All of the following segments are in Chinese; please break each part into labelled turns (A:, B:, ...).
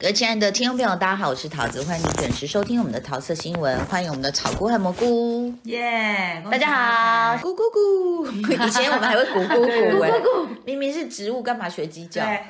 A: 各位亲爱的听众朋友，大家好，我是桃子，欢迎你准时收听我们的桃色新闻，欢迎我们的草菇和蘑菇。
B: 耶！
A: 大家好，
B: 好。
A: 咕咕 咕。以前我们还会咕咕
B: 对
A: 咕
B: 咕咕
A: 哎，明明是植物，干嘛学鸡叫？
B: 对，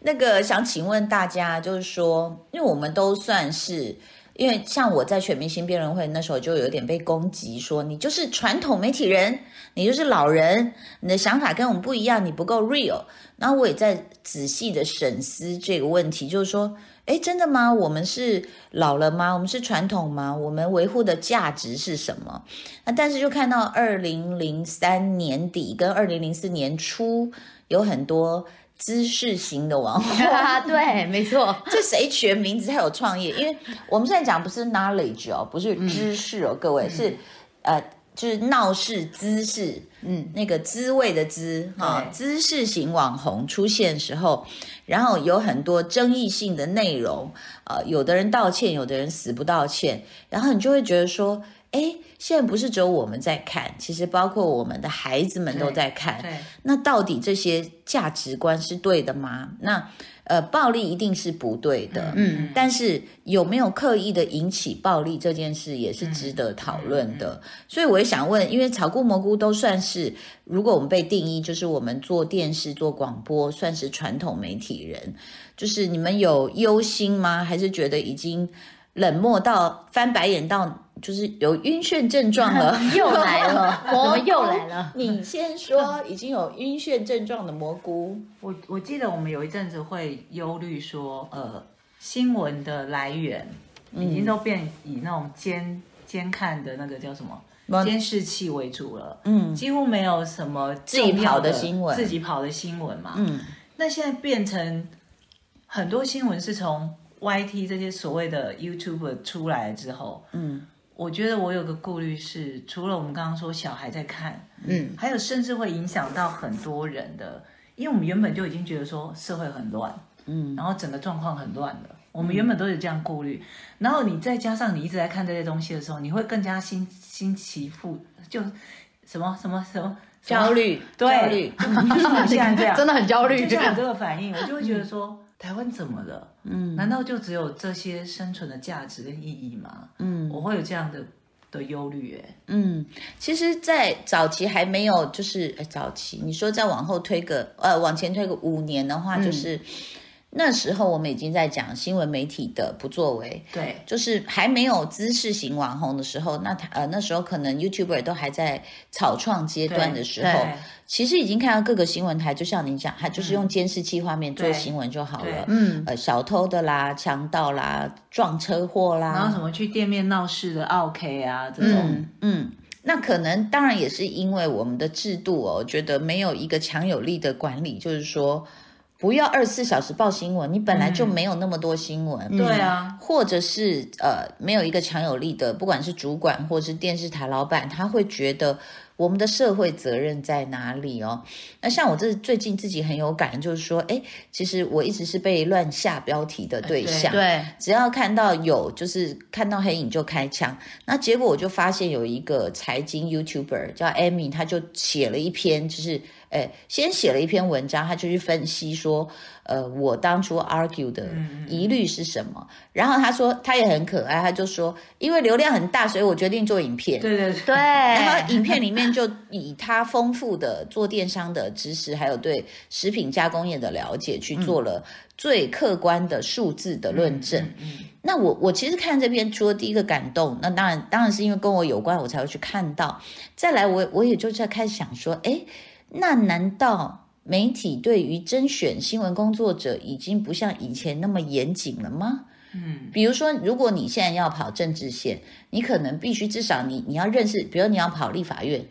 A: 那个想请问大家，就是说，因为我们都算是，因为像我在全明星辩论会那时候就有点被攻击，说你就是传统媒体人，你就是老人，你的想法跟我们不一样，你不够 real。然后我也在仔细的审思这个问题，就是说，哎，真的吗？我们是老了吗？我们是传统吗？我们维护的价值是什么？那但是就看到二零零三年底跟二零零四年初有很多知识型的网红，
C: 对，没错，
A: 这谁取的名字才有创意？因为我们现在讲不是 knowledge 哦，不是知识哦，
B: 嗯
A: 各位是呃，就是闹市姿势，嗯，那个滋味的滋哈，
B: 对
A: 知识型网红出现时候，然后有很多争议性的内容，呃，有的人道歉，有的人死不道歉，然后你就会觉得说。哎，现在不是只有我们在看，其实包括我们的孩子们都
B: 对
A: 在看。
B: 对，
A: 那到底这些价值观是对的吗？那呃，暴力一定是不对的，
B: 嗯嗯
A: 但是有没有刻意的引起暴力这件事也是值
B: 嗯
A: 得讨论的。所以我也想问，因为草菇蘑菇都算是，如果我们被定义就是我们做电视、做广播，算是传统媒体人，就是你们有忧心吗？还是觉得已经冷漠到翻白眼到就是有晕眩症状了？
C: 又来 了，怎么又来了？
A: 你先说，已经有晕眩症状的蘑菇，
B: 我我记得我们有一阵子会忧虑说，
A: 呃，
B: 新闻的来源
C: 嗯
B: 已经都变以那种监监看的那个叫什么
A: 嗯
B: 监视器为主了，
A: 嗯
B: 几乎没有什么自
A: 己跑的新闻
B: 自己跑的新闻嘛。
A: 嗯，
B: 那现在变成很多新闻是从 YT 这些所谓的 YouTuber 出来之后，
A: 嗯，
B: 我觉得我有个顾虑是，除了我们刚刚说小孩在看，
A: 嗯，
B: 还有甚至会影响到很多人的，因为我们原本就已经觉得说社会很乱，嗯，然后整个状况很乱了。我
A: 嗯
B: 们原本都有这样顾虑，然后你再加上你一直在看这些东西的时候，你会更加心心其负，就什么什么什么
A: 焦，虑，焦
B: 对
A: 虑，，
B: 就是你现在 这样，
C: 真的很焦虑
B: 就，像我这个反应，我就会觉得说，台湾怎么了？嗯，难道就只有这些生存的价值跟意义吗？嗯，我会有这样的的忧虑，哎，
A: 嗯，其实，在早期还没有，就是呃早期，你说再往后推个，呃，往前推个五年的
B: 嗯
A: 话，就是、那时候我们已经在讲新闻媒体的不作为，
B: 对，
A: 就是还没有知识型网红的时候，那他呃那时候可能 YouTuber 都还在草创阶段的时候
B: 对，
A: 其实已经看到各个新闻台，就像你讲，他就是用监视器画面做
B: 嗯对
A: 新闻就好
B: 对
A: 了。嗯，呃，小偷的啦，强盗啦，撞车祸啦，
B: 然后什么去店面闹事的 OK 啊这种
A: 嗯，嗯，那可能当然也是因为我们的制度哦，我觉得没有一个强有力的管理，就是说不要二十四小时报新闻，你本来就没有那么多新闻。对
B: 对啊
A: 或者是呃没有一个强有力的，不管是主管或是电视台老板，他会觉得我们的社会责任在哪里哦？那像我这最近自己很有感，就是说，哎，其实我一直是被乱下标题的哎对象，
C: 对，
A: 只要看到有，就是看到黑影就开枪。那结果我就发现有一个财经 YouTuber 叫 Amy，他就写了一篇，就是呃，先写了一篇文章，他就去分析说，呃，我当初 argue 的疑虑是什么。然后他说，他也很可爱，他就说，因为流量很大，所以我决定做影片。
B: 对对对
C: 对，
A: 然后影片里面就以他丰富的做电商的知识，还有对食品加工业的了解，去做了最客观的数字的论证。
B: 嗯
A: 那我我其实看这篇，除了第一个感动，那当然当然是因为跟我有关，我才会去看到。再来我，我也就在开始想说，哎，那难道媒体对于甄选新闻工作者已经不像以前那么严谨了吗？
B: 嗯，
A: 比如说，如果你现在要跑政治线，你可能必须至少你你要认识，比如你要跑立法院，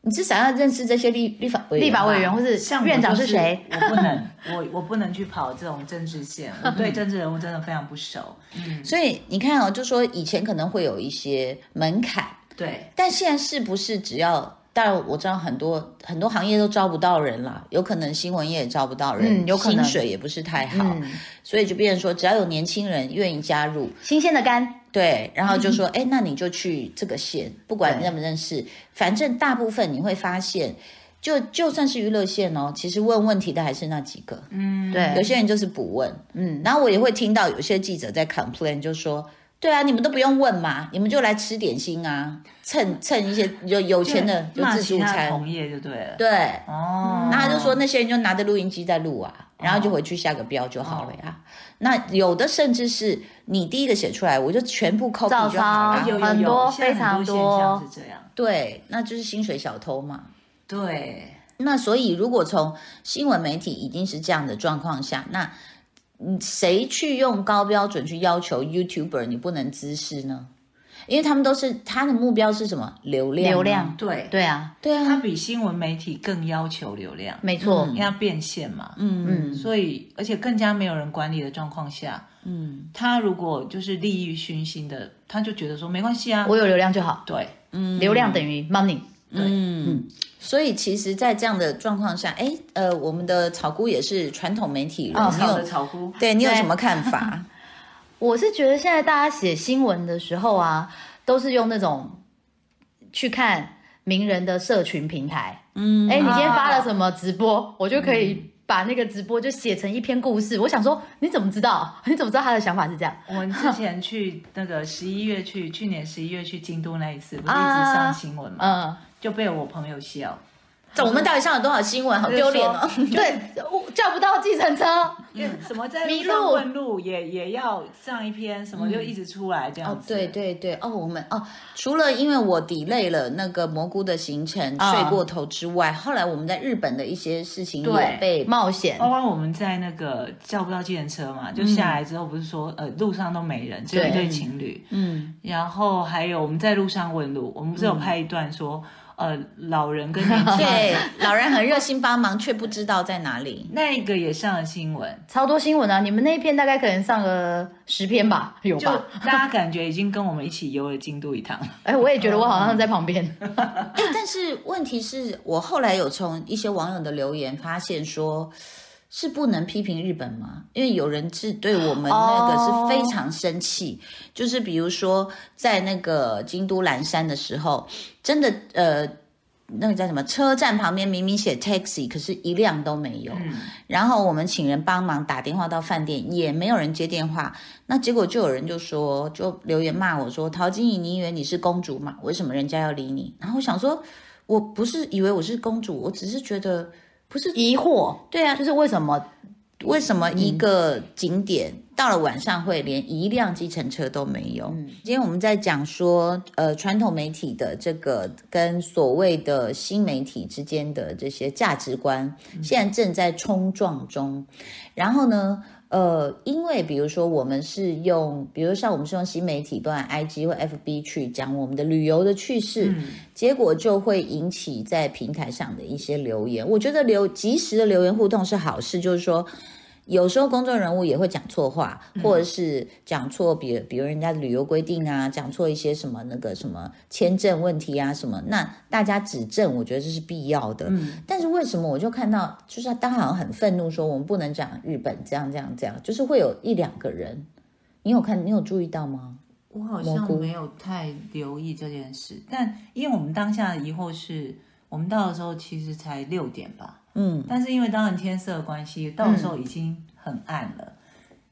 A: 你至少要认识这些立立法委员
C: 立法委员
A: 吧
C: 或是
B: 像我
C: 院长
B: 就是
C: 谁？？
B: 我不能，我我不能去跑这种政治线，我对政治人物真的非常不熟。嗯，
A: 所以你看哦，就说以前可能会有一些门槛，
B: 对，
A: 但现在是不是只要？当然我知道很多很多行业都招不到人啦，有可能新闻业也招不到人，
C: 嗯有可能
A: 薪水也不是太好，
C: 嗯，
A: 所以就变成说，只要有年轻人愿意加入，
C: 新鲜的肝，
A: 对，然后就 说，哎、那你就去这个县，不管你认不认识，反正大部分你会发现，就就算是娱乐线哦，其实问问题的还是那几个，
B: 嗯，
C: 对
A: 有些人就是不问，嗯，然后我也会听到有些记者在 complain，就说。对啊，你们都不用问嘛，你们就来吃点心啊，蹭蹭一些有有钱的就
B: 骂
A: 自助
B: 其他
A: 餐，
B: 同业就对了。
A: 对，
B: 哦，
A: 那他就说那些人就拿着录音机在录啊，然后就回去下个标就好了呀。
B: 哦
A: 那有的甚至是你第一个写出来，我就全部 copy
C: 照
A: 就好
C: 抄
A: 了。
B: 哦
A: 啊
B: 有有有
C: 很多
B: 现在
C: 非常
B: 多
C: 多
B: 现象是这样。
A: 对，那就是薪水小偷嘛。
B: 对，
A: 那所以如果从新闻媒体已经是这样的状况下，那嗯谁去用高标准去要求 YouTuber 你不能滋事呢？因为他们都是他的目标是什么？流量啊。
C: 流量
B: 对
C: 对啊，
A: 对
B: 它
A: 啊，
B: 比新闻媒体更要求流量，
C: 没错，
B: 因为它变现嘛。
A: 嗯嗯
B: 所以，而且更加没有人管理的状况下，
A: 嗯
B: 他如果就是利欲熏心的，他就觉得说没关系啊。
C: 我有流量就好，
B: 对，
C: 流量等于 money。
A: 嗯，所以其实，在这样的状况下，哎，呃，我们的草菇也是传统媒体人，
C: 哦
A: 你
B: 炒
A: 有
B: 的炒菇，
A: 对你有
C: 对
A: 什么看 法？
C: 我是觉得现在大家写新闻的时候啊，都是用那种去看名人的社群平台。嗯，哎，你今天发了什么直播，我就可以把那个直播就写成一篇故事。我想说，你怎么知道？ 你怎么知道他的想法是这样？
B: 我们之前去那个十一月去，去年十一月去京都那一次，不是一直
C: 啊
B: 上新闻嘛，
C: 嗯，
B: 就被我朋友笑，
A: 这我们到底上了多少新闻？好
B: 就
A: 丢脸哦！
B: 说
C: 对，我叫不到计程车。
B: 什么在
C: 迷
B: 路
C: 路
B: 上问路也也要上一篇，什么就一直出来这
A: 嗯
B: 样
A: 哦，
B: 子。
A: 对对对，哦，我们哦，除了因为我 delay 了那个蘑菇的行程、
B: 嗯
C: 啊
A: 睡过头之外，后来我们在日本的一些事情也
B: 对
A: 被
C: 冒险
B: 包，括我们在那个叫不到计程车嘛，就下来之后不是说、呃路上都没人，只有一对情侣，
A: 嗯，
B: 然后还有我们在路上问路，我们不是有拍一段说、呃老人跟年轻人
A: 对，老人很热心帮忙，却不知道在哪里。
B: 那个也上了新闻，
C: 超多新闻啊！你们那一篇大概可能上个十篇吧，有
B: 就
C: 吧？
B: 大家感觉已经跟我们一起游了京都一趟，
C: 哎，我也觉得我好像在旁边。
A: 哎，但是问题是我后来有从一些网友的留言发现说。是不能批评日本吗？因为有人是对我们那
C: 哦
A: 个是非常生气就是比如说在那个京都岚山的时候，真的呃，那个叫什么车站旁边明明写 taxi，可是一辆都没有。
B: 嗯，
A: 然后我们请人帮忙打电话到饭店，也没有人接电话。那结果就有人就说，就留言骂我说：“陶晶莹，你以为你是公主嘛？为什么人家要理你？”然后我想说，我不是以为我是公主，我只是觉得 不是
C: 疑 惑，
A: 对啊，
C: 就是为什么？
A: 为什么一个景点到了晚上会连一辆计程车都没有？今天我们在讲说，呃，传统媒体的这个跟所谓的新媒体之间的这些价值观，现在正在冲撞中。然后呢，呃，因为比如说我们是用，比如像我们是用新媒体，不管 IG 或 FB 去讲我们的旅游的趣事，
B: 嗯
A: 结果就会引起在平台上的一些留言。我觉得留及时的留言互动是好事，就是说。有时候公众人物也会讲错话，
B: 嗯
A: 或者是讲错比比如人家的旅游规定啊，讲错一些什么那个什么签证问题啊什么，那大家指正，我觉得这是必要的。
B: 嗯
A: 但是为什么我就看到，就是大家好像很愤怒，说我们不能讲日本这样这样这样，就是会有一两个人，你有看，你有注意到吗？
B: 我好
A: 蘑菇
B: 像没有太留意这件事，但因为我们当下的疑惑是，我们到的时候其实才六点吧，
A: 嗯，
B: 但是因为当然天色的关系，到的时候已经很暗了。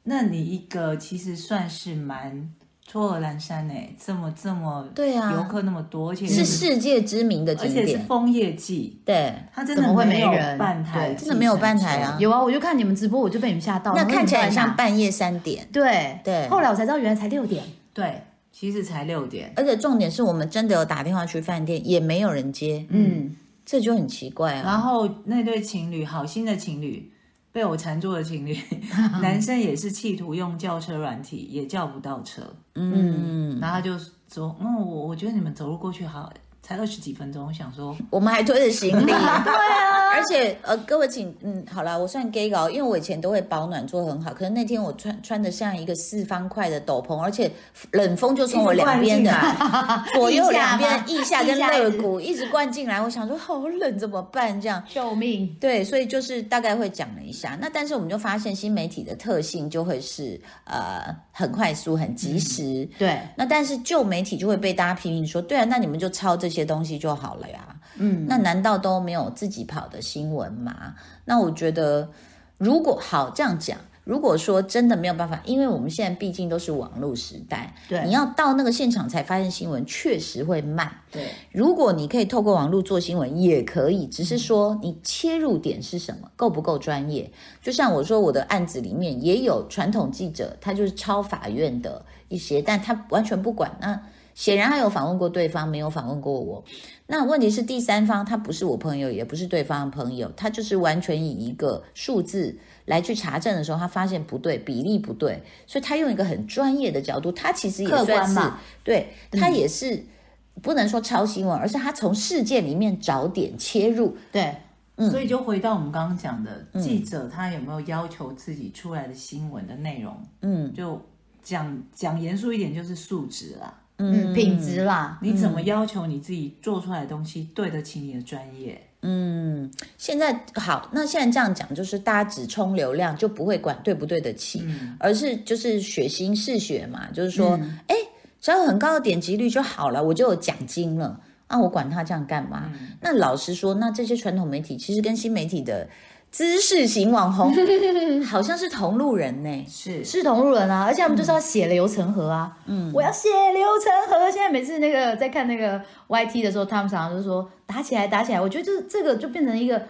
B: 那你一个其实算是蛮嵯峨阑珊诶、这么这么
A: 对啊
B: 游客那么多，而且
A: 是
B: 又，
A: 世界知名的
B: 而
A: 景
B: 且是
A: 点，
B: 枫叶季，
A: 对，
B: 它真
C: 怎
B: 的
C: 么会没
B: 有
C: 人
B: 半台，
C: 对
A: 真的没有半台啊
C: 有啊，我就看你们直播，我就被你们吓到。
A: 那看起来很
C: 然
A: 像
C: 后怎么办啊
A: 半夜三点。
C: 对
A: 对
C: 后来我才知道，原来才六点。
B: 对，其实才六点，
A: 而且重点是我们真的有打电话去饭店，也没有人接，
C: 嗯，
A: 这就很奇怪啊。
B: 然后那对情侣，好心的情侣，被我缠住的情侣，男生也是企图用叫车软体，也叫不到车。
A: 嗯，
B: 然后他就说：“嗯，我我觉得你们走路过去好，才二十几分钟。”我想说，
A: 我们还推着行李，对啊。而且呃，各位请，嗯，好啦，我算 gay 佬，因为我以前都会保暖做得很好，可是那天我穿穿的像一个四方块的斗篷，而且冷风就从我两边的
B: 一直灌进
A: 左右两边
C: 腋
A: 腋
C: 下
A: 下
C: 吗
A: 跟
C: 腋下
A: 肋骨一直灌进来，我想说好冷怎么办这样。
C: 救命！
A: 对，所以就是大概会讲了一下。那但是我们就发现新媒体的特性就会是呃很快速、很及时。
C: 对，
A: 那但是旧媒体就会被大家批评说，对啊，那你们就抄这些东西就好了呀。嗯，那难道都没有自己跑的新闻吗？那我觉得，如果好这样讲。如果说真的没有办法，因为我们现在毕竟都是网络时代，
C: 对
A: 你要到那个现场才发现新闻，确实会慢。
B: 对，
A: 如果你可以透过网络做新闻，也可以，只是说你切入点是什么，够不够专业？就像我说，我的案子里面也有传统记者，他就是抄法院的一些，但他完全不管。那显然他有访问过对方，没有访问过我。那问题是第三方，他不是我朋友，也不是对方的朋友，他就是完全以一个数字来去查证的时候，他发现不对，比例不对，所以他用一个很专业的角度，他其实也
C: 客
A: 算
C: 观
A: 是
C: 嘛嗯
A: 对他也是。不能说抄新闻，而是他从事件里面找点切入。
C: 对，
B: 所以就回到我们刚刚讲的，记者他有没有要求自己出来的新闻的内容？嗯，就讲讲严肃一点，就是素质啦。
C: 嗯，品质啦，
B: 你怎么要求你自己做出来的东西对得起你的专业？
A: 现在好，那现在这样讲，就是大家只冲流量，就不会管对不对得起，
B: 嗯
A: 而是就是血腥嗜血嘛，就是说，哎、只要有很高的点击率就好了，我就有奖金了。啊，我管他这样干嘛？那老实说，那这些传统媒体其实跟新媒体的知识型网红好像是同路人呢、
B: 是
C: 是同路人啊，而且他们就是要血流成河啊。嗯，我要血流成河。现在每次那个在看那个 YT 的时候，他们常常就说打起来，打起来。我觉得这这个就变成一个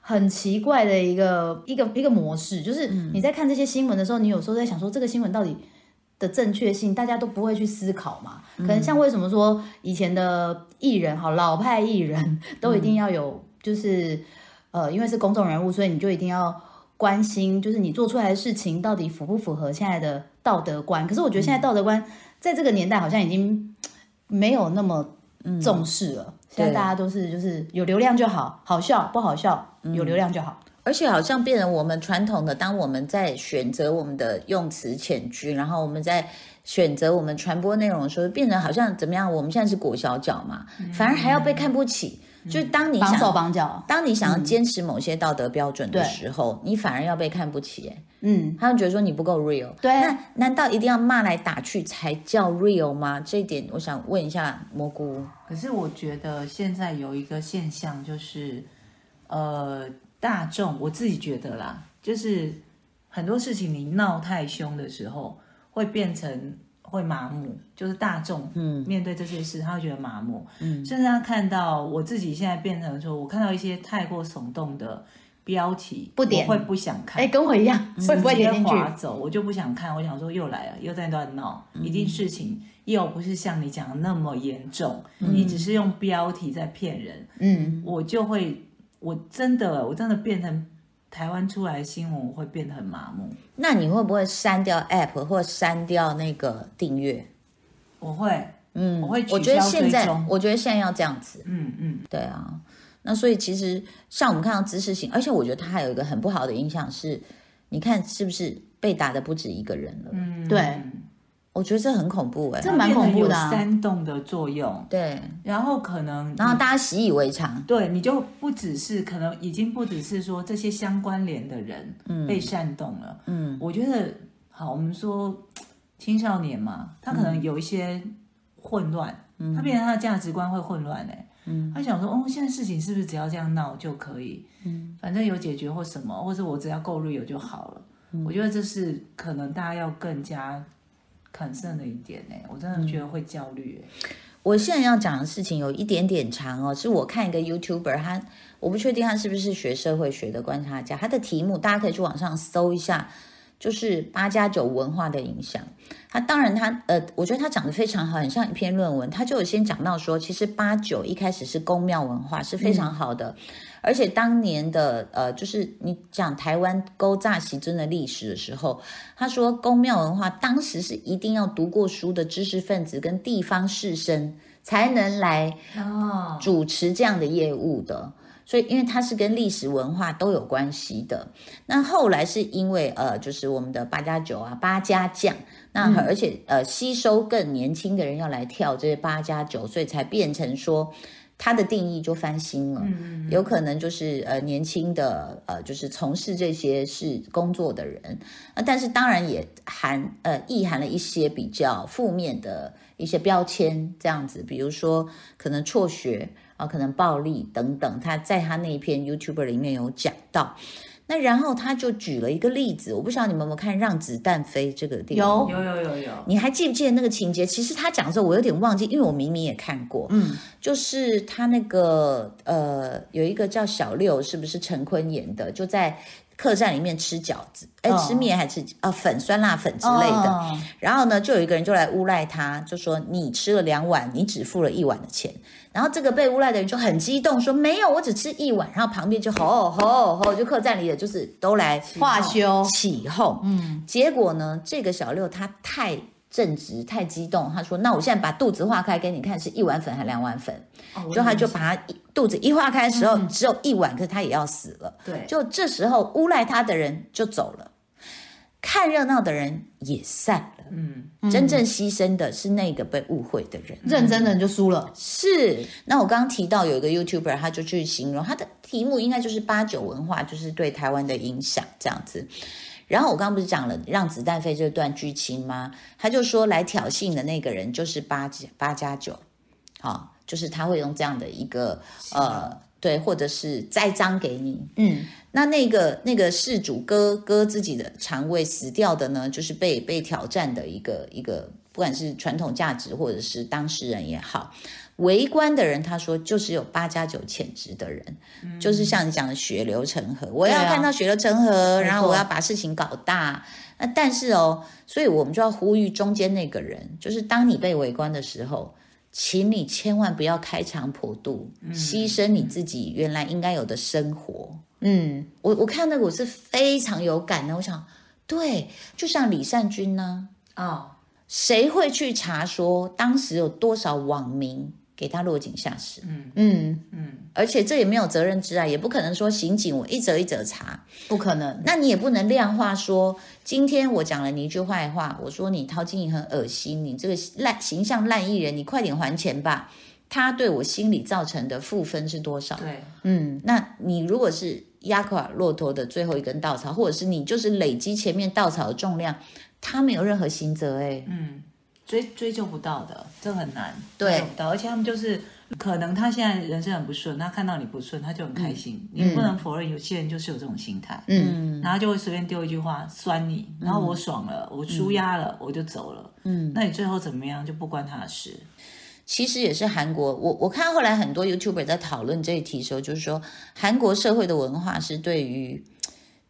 C: 很奇怪的一个一个一个模式，就是你在看这些新闻的时候，你有时候在想说这个新闻到底。的正确性，大家都不会去思考嘛。可能像为什么说以前的艺人，好老派艺人都一定要有，就是、呃，因为是公众人物，所以你就一定要关心，就是你做出来的事情到底符不符合现在的道德观。可是我觉得现在道德观在这个年代好像已经嘖没有那么重视了。现在大家都是就是有流量就好，好笑不好笑，有流量就好。
A: 而且好像变成我们传统的，当我们在选择我们的用词遣句，然后我们在选择我们传播内容的时候，变成好像怎么样？我们现在是裹小脚嘛，反而还要被看不起。就是当你
C: 嗯绑手
A: 想，
C: 绑脚，
A: 当你想要坚持某些道德标准的时候，你反而要被看不起、欸。
C: 嗯，
A: 他们觉得说你不够 real，
C: 对
A: 那难道一定要骂来打去才叫 real 吗？这一点我想问一下蘑菇。
B: 可是我觉得现在有一个现象就是，呃，大众我自己觉得啦，就是很多事情你闹太凶的时候，会变成会麻木，就是大众嗯面对这些事，他会觉得麻木，嗯，甚至他看到我自己现在变成说，我看到一些太过耸动的标题，
C: 不点
B: 我会不想看，
C: 哎、跟我一样，会不会点进去？
B: 划走，我就不想看。我想说又来了，又在乱闹，一定事情又不是像你讲的那么严重，你只是用标题在骗人，
C: 嗯，
B: 我就会，我真的，我真的变成台湾出来的新闻，我会变得很麻木。
A: 那你会不会删掉 app 或删掉那个订阅？
B: 我会，嗯，我会取
A: 我觉得
B: 消
A: 现
B: 追
A: 在
B: 踪，，
A: 我觉得现在要这样子，
B: 嗯嗯，
A: 对啊。那所以其实像我们看到知识型，而且我觉得它还有一个很不好的影响是，你看是不是被打的不止一个人了？
B: 嗯
C: 对，
A: 我觉得这很恐怖哎、
C: 这蛮恐怖的
B: 它
C: 啊
B: 变得有煽动的作用，
A: 对，
B: 然后可能，
A: 然后大家习以为常，
B: 对，你就不只是可能已经不只是说这些相关联的人被煽动了，嗯，我觉得好，我们说青少年嘛，他可能有一些混乱，他变成他的价值观会混乱哎、嗯，他想说哦，现在事情是不是只要这样闹就可以？嗯，反正有解决或什么，或者我只要够绿油就好了。我觉得这是可能大家要更加 concern 的一点哎、我真的觉得会焦虑哎、
A: 我现在要讲的事情有一点点长哦，是我看一个 YouTuber，他我不确定他是不是学社会学的观察家，他的题目大家可以去网上搜一下，就是八加九文化的影响。他当然他呃，我觉得他讲的非常好，很像一篇论文。他就有先讲到说，其实八九一开始是宫庙文化是非常好的，而且当年的呃，就是你讲台湾勾诈习尊的历史的时候，他说宫庙文化当时是一定要读过书的知识分子跟地方士绅才能来
B: 哦，
A: 主持这样的业务的。所以，因为它是跟历史文化都有关系的。那后来是因为呃，就是我们的八加九啊，八家将，那和而且呃，吸收更年轻的人要来跳这些八加九，所以才变成说它的定义就翻新了。
B: 嗯
A: 有可能就是呃年轻的呃，就是从事这些事工作的人，那但是当然也含呃意含了一些比较负面的一些标签，这样子，比如说可能辍学。啊、啊，可能暴力等等，他在他那一篇 YouTube 里面有讲到。那然后他就举了一个例子，我不知道你们有没有看《让子弹飞》这个电影？
C: 有
B: 嗯有有有有，
A: 你还记不记得那个情节？其实他讲的时候，我有点忘记，因为我明明也看过。
B: 嗯，
A: 就是他那个呃，有一个叫小六，是不是陈坤演的？就在客栈里面吃饺子，哎、
C: 哦
A: 吃面还吃啊、粉酸辣粉之类的。
C: 哦
A: 然后呢，就有一个人就来诬赖他，就说你吃了两碗，你只付了一碗的钱。然后这个被诬赖的人就很激动，说没有，我只吃一碗。然后旁边就吼吼吼，就客栈里的就是都来
C: 化修，
A: 起哄。
C: 嗯，
A: 结果呢，这个小六他太正直、太激动，他说：“那我现在把肚子化开给你看，是一碗粉还两碗粉？”
B: 哦
A: 就他就
B: 我嗯
A: 把他一肚子一化开的时候，只有一碗，可是他也要死了。
B: 对，
A: 就这时候，诬赖他的人就走了，看热闹的人也散了。
B: 嗯，
A: 真正牺牲的是那个被误会的人。
C: 认真的人就输了。
A: 是，那我刚刚提到有一个 YouTuber，他就去形容他的题目应该就是八九文化，就是对台湾的影响这样子。然后我刚刚不是讲了让子弹飞这段剧情吗？他就说来挑衅的那个人就是八加八加九，好、就是他会用这样的一个呃，对，或者是栽赃给你，
C: 嗯，
A: 那那个那个事主割割自己的肠胃死掉的呢，就是被被挑战的一个一个，不管是传统价值或者是当事人也好，围观的人他说就是有八加九潜质的人，就是像你讲的血流成河，我要
C: 嗯对啊
A: 看到血流成河，
C: 没
A: 然后我
C: 错
A: 要把事情搞大。那但是哦，所以我们就要呼吁中间那个人，就是当你被围观的时候，请你千万不要开肠破肚，牺牲你自己原来应该有的生活。
C: 嗯，
A: 我我看那个我是非常有感的，我想，对，就像李善均呢、
B: 哦，
A: 谁会去查说当时有多少网民给他落井下石？
B: 嗯
C: 嗯，
B: 嗯，
A: 而且这也没有责任制啊，也不可能说刑警我一则一则查，
C: 不可能。
A: 那你也不能量化说，今天我讲了你一句坏话，我说你陶晶莹很恶心，你这个烂形象烂艺人，你快点还钱吧，他对我心理造成的负分是多少？
B: 对，
C: 嗯，
A: 那你如果是压垮骆驼的最后一根稻草，或者是你就是累积前面稻草的重量，它没有任何刑责哎、
B: 嗯，追追究不到的，这很难，
A: 对
B: 追究不到，而且他们就是。可能他现在人生很不顺，他看到你不顺，他就很开心。你不能否认，有些人就是有这种心态，
C: 嗯，
B: 然后就会随便丢一句话酸你，然后我爽了，我舒压了，我就走了。嗯，那你最后怎么样就不关他的事。
A: 其实也是韩国，我我看后来很多 YouTuber 在讨论这一题的时候，就是说韩国社会的文化是对于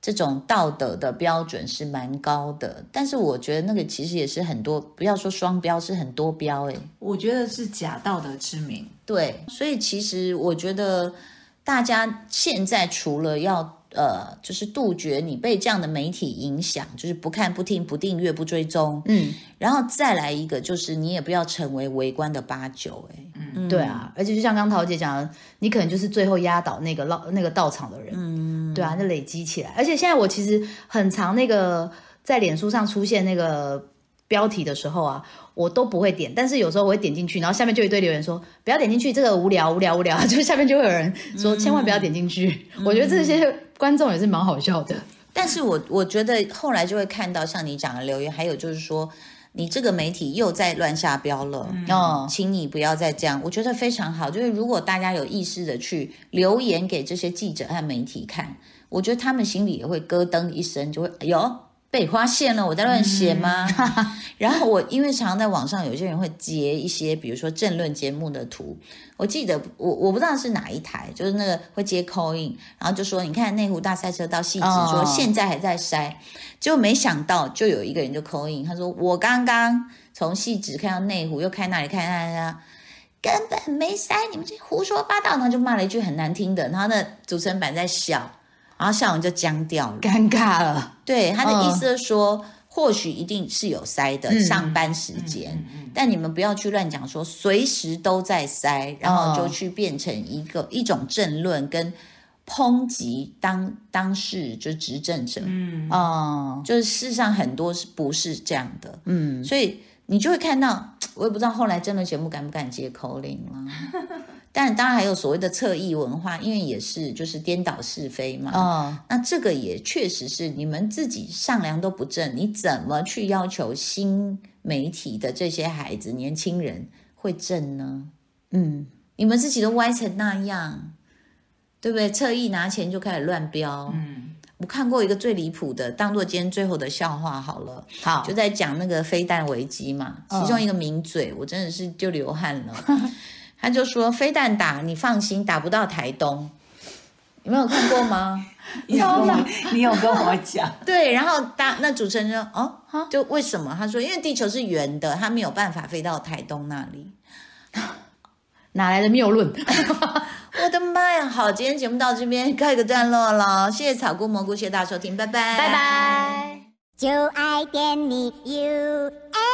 A: 这种道德的标准是蛮高的，但是我觉得那个其实也是很多，不要说双标，是很多标哎、
B: 我觉得是假道德之名，
A: 对，所以其实我觉得大家现在除了要呃，就是杜绝你被这样的媒体影响，就是不看、不听、不订阅、不追踪，
C: 嗯，
A: 然后再来一个就是你也不要成为围观的八九、欸，哎，嗯，
C: 对啊，而且就像刚桃姐讲的，你可能就是最后压倒那个老那个到场的人，嗯，对啊，那累积起来。而且现在我其实很常那个在脸书上出现那个标题的时候啊，我都不会点，但是有时候我会点进去，然后下面就一堆留言说不要点进去，这个无聊无聊无 聊，就下面就会有人说千万不要点进去。我觉得这些观众也是蛮好笑的，
A: 但是我我觉得后来就会看到像你讲的留言，还有就是说你这个媒体又在乱下标了，
C: 哦，
A: 请你不要再这样，我觉得非常好。就是如果大家有意识的去留言给这些记者和媒体看，我觉得他们心里也会咯噔一声，就会哎呦被发现了，我在乱写吗？
C: 嗯
A: 然后我因为常常在网上有些人会截一些，比如说政论节目的图，我记得我我不知道是哪一台，就是那个会接 call in，然后就说你看内湖大赛车到细致，
C: 哦
A: 说现在还在筛，结果没想到就有一个人就 call in，他说我刚刚从细致看到内湖，又看那里看那里啊。根本没塞，你们这胡说八道！然后就骂了一句很难听的，然后呢，主持人板在笑，然后笑完就僵掉了。
C: 尴尬了，
A: 对，他的
C: 嗯
A: 意思是说，或许一定是有塞的、上班时间，
B: 嗯嗯
A: 但你们不要去乱讲说随时都在塞，然后
C: 哦
A: 就去变成一个、一种政论跟抨击当当事就执政者，
B: 嗯，
C: 哦，
A: 就是事实上很多是不是这样的，
C: 嗯，
A: 所以你就会看到，我也不知道后来真的节目敢不敢接口令了、 但当然还有所谓的侧翼文化，因为也是就是颠倒是非嘛，
C: 哦，
A: 那这个也确实是你们自己上梁都不正，你怎么去要求新媒体的这些孩子、年轻人会正呢？
C: 嗯，
A: 你们自己都歪成那样，对不对？侧翼拿钱就开始乱标。
B: 嗯，
A: 我看过一个最离谱的，当做今天最后的笑话好了。
C: 好
A: 就在讲那个飞弹危机嘛，
C: 嗯
A: 其中一个名嘴，我真的是就流汗 了。他就说飞弹打你放心，打不到台东。你们有看过 吗？
B: 你
C: 糟了
B: 有你有跟我讲，
A: 对，然后当那主持人就哦
C: 啊，
A: 就为什么？他说因为地球是圆的，他没有办法飞到台东那里。
C: 哪来的谬论？
A: 我的妈呀！好，今天节目到这边告一个段落了，谢谢草菇蘑菇，谢谢大家收听，拜拜，
C: 拜拜。
D: 就爱点你 UFO。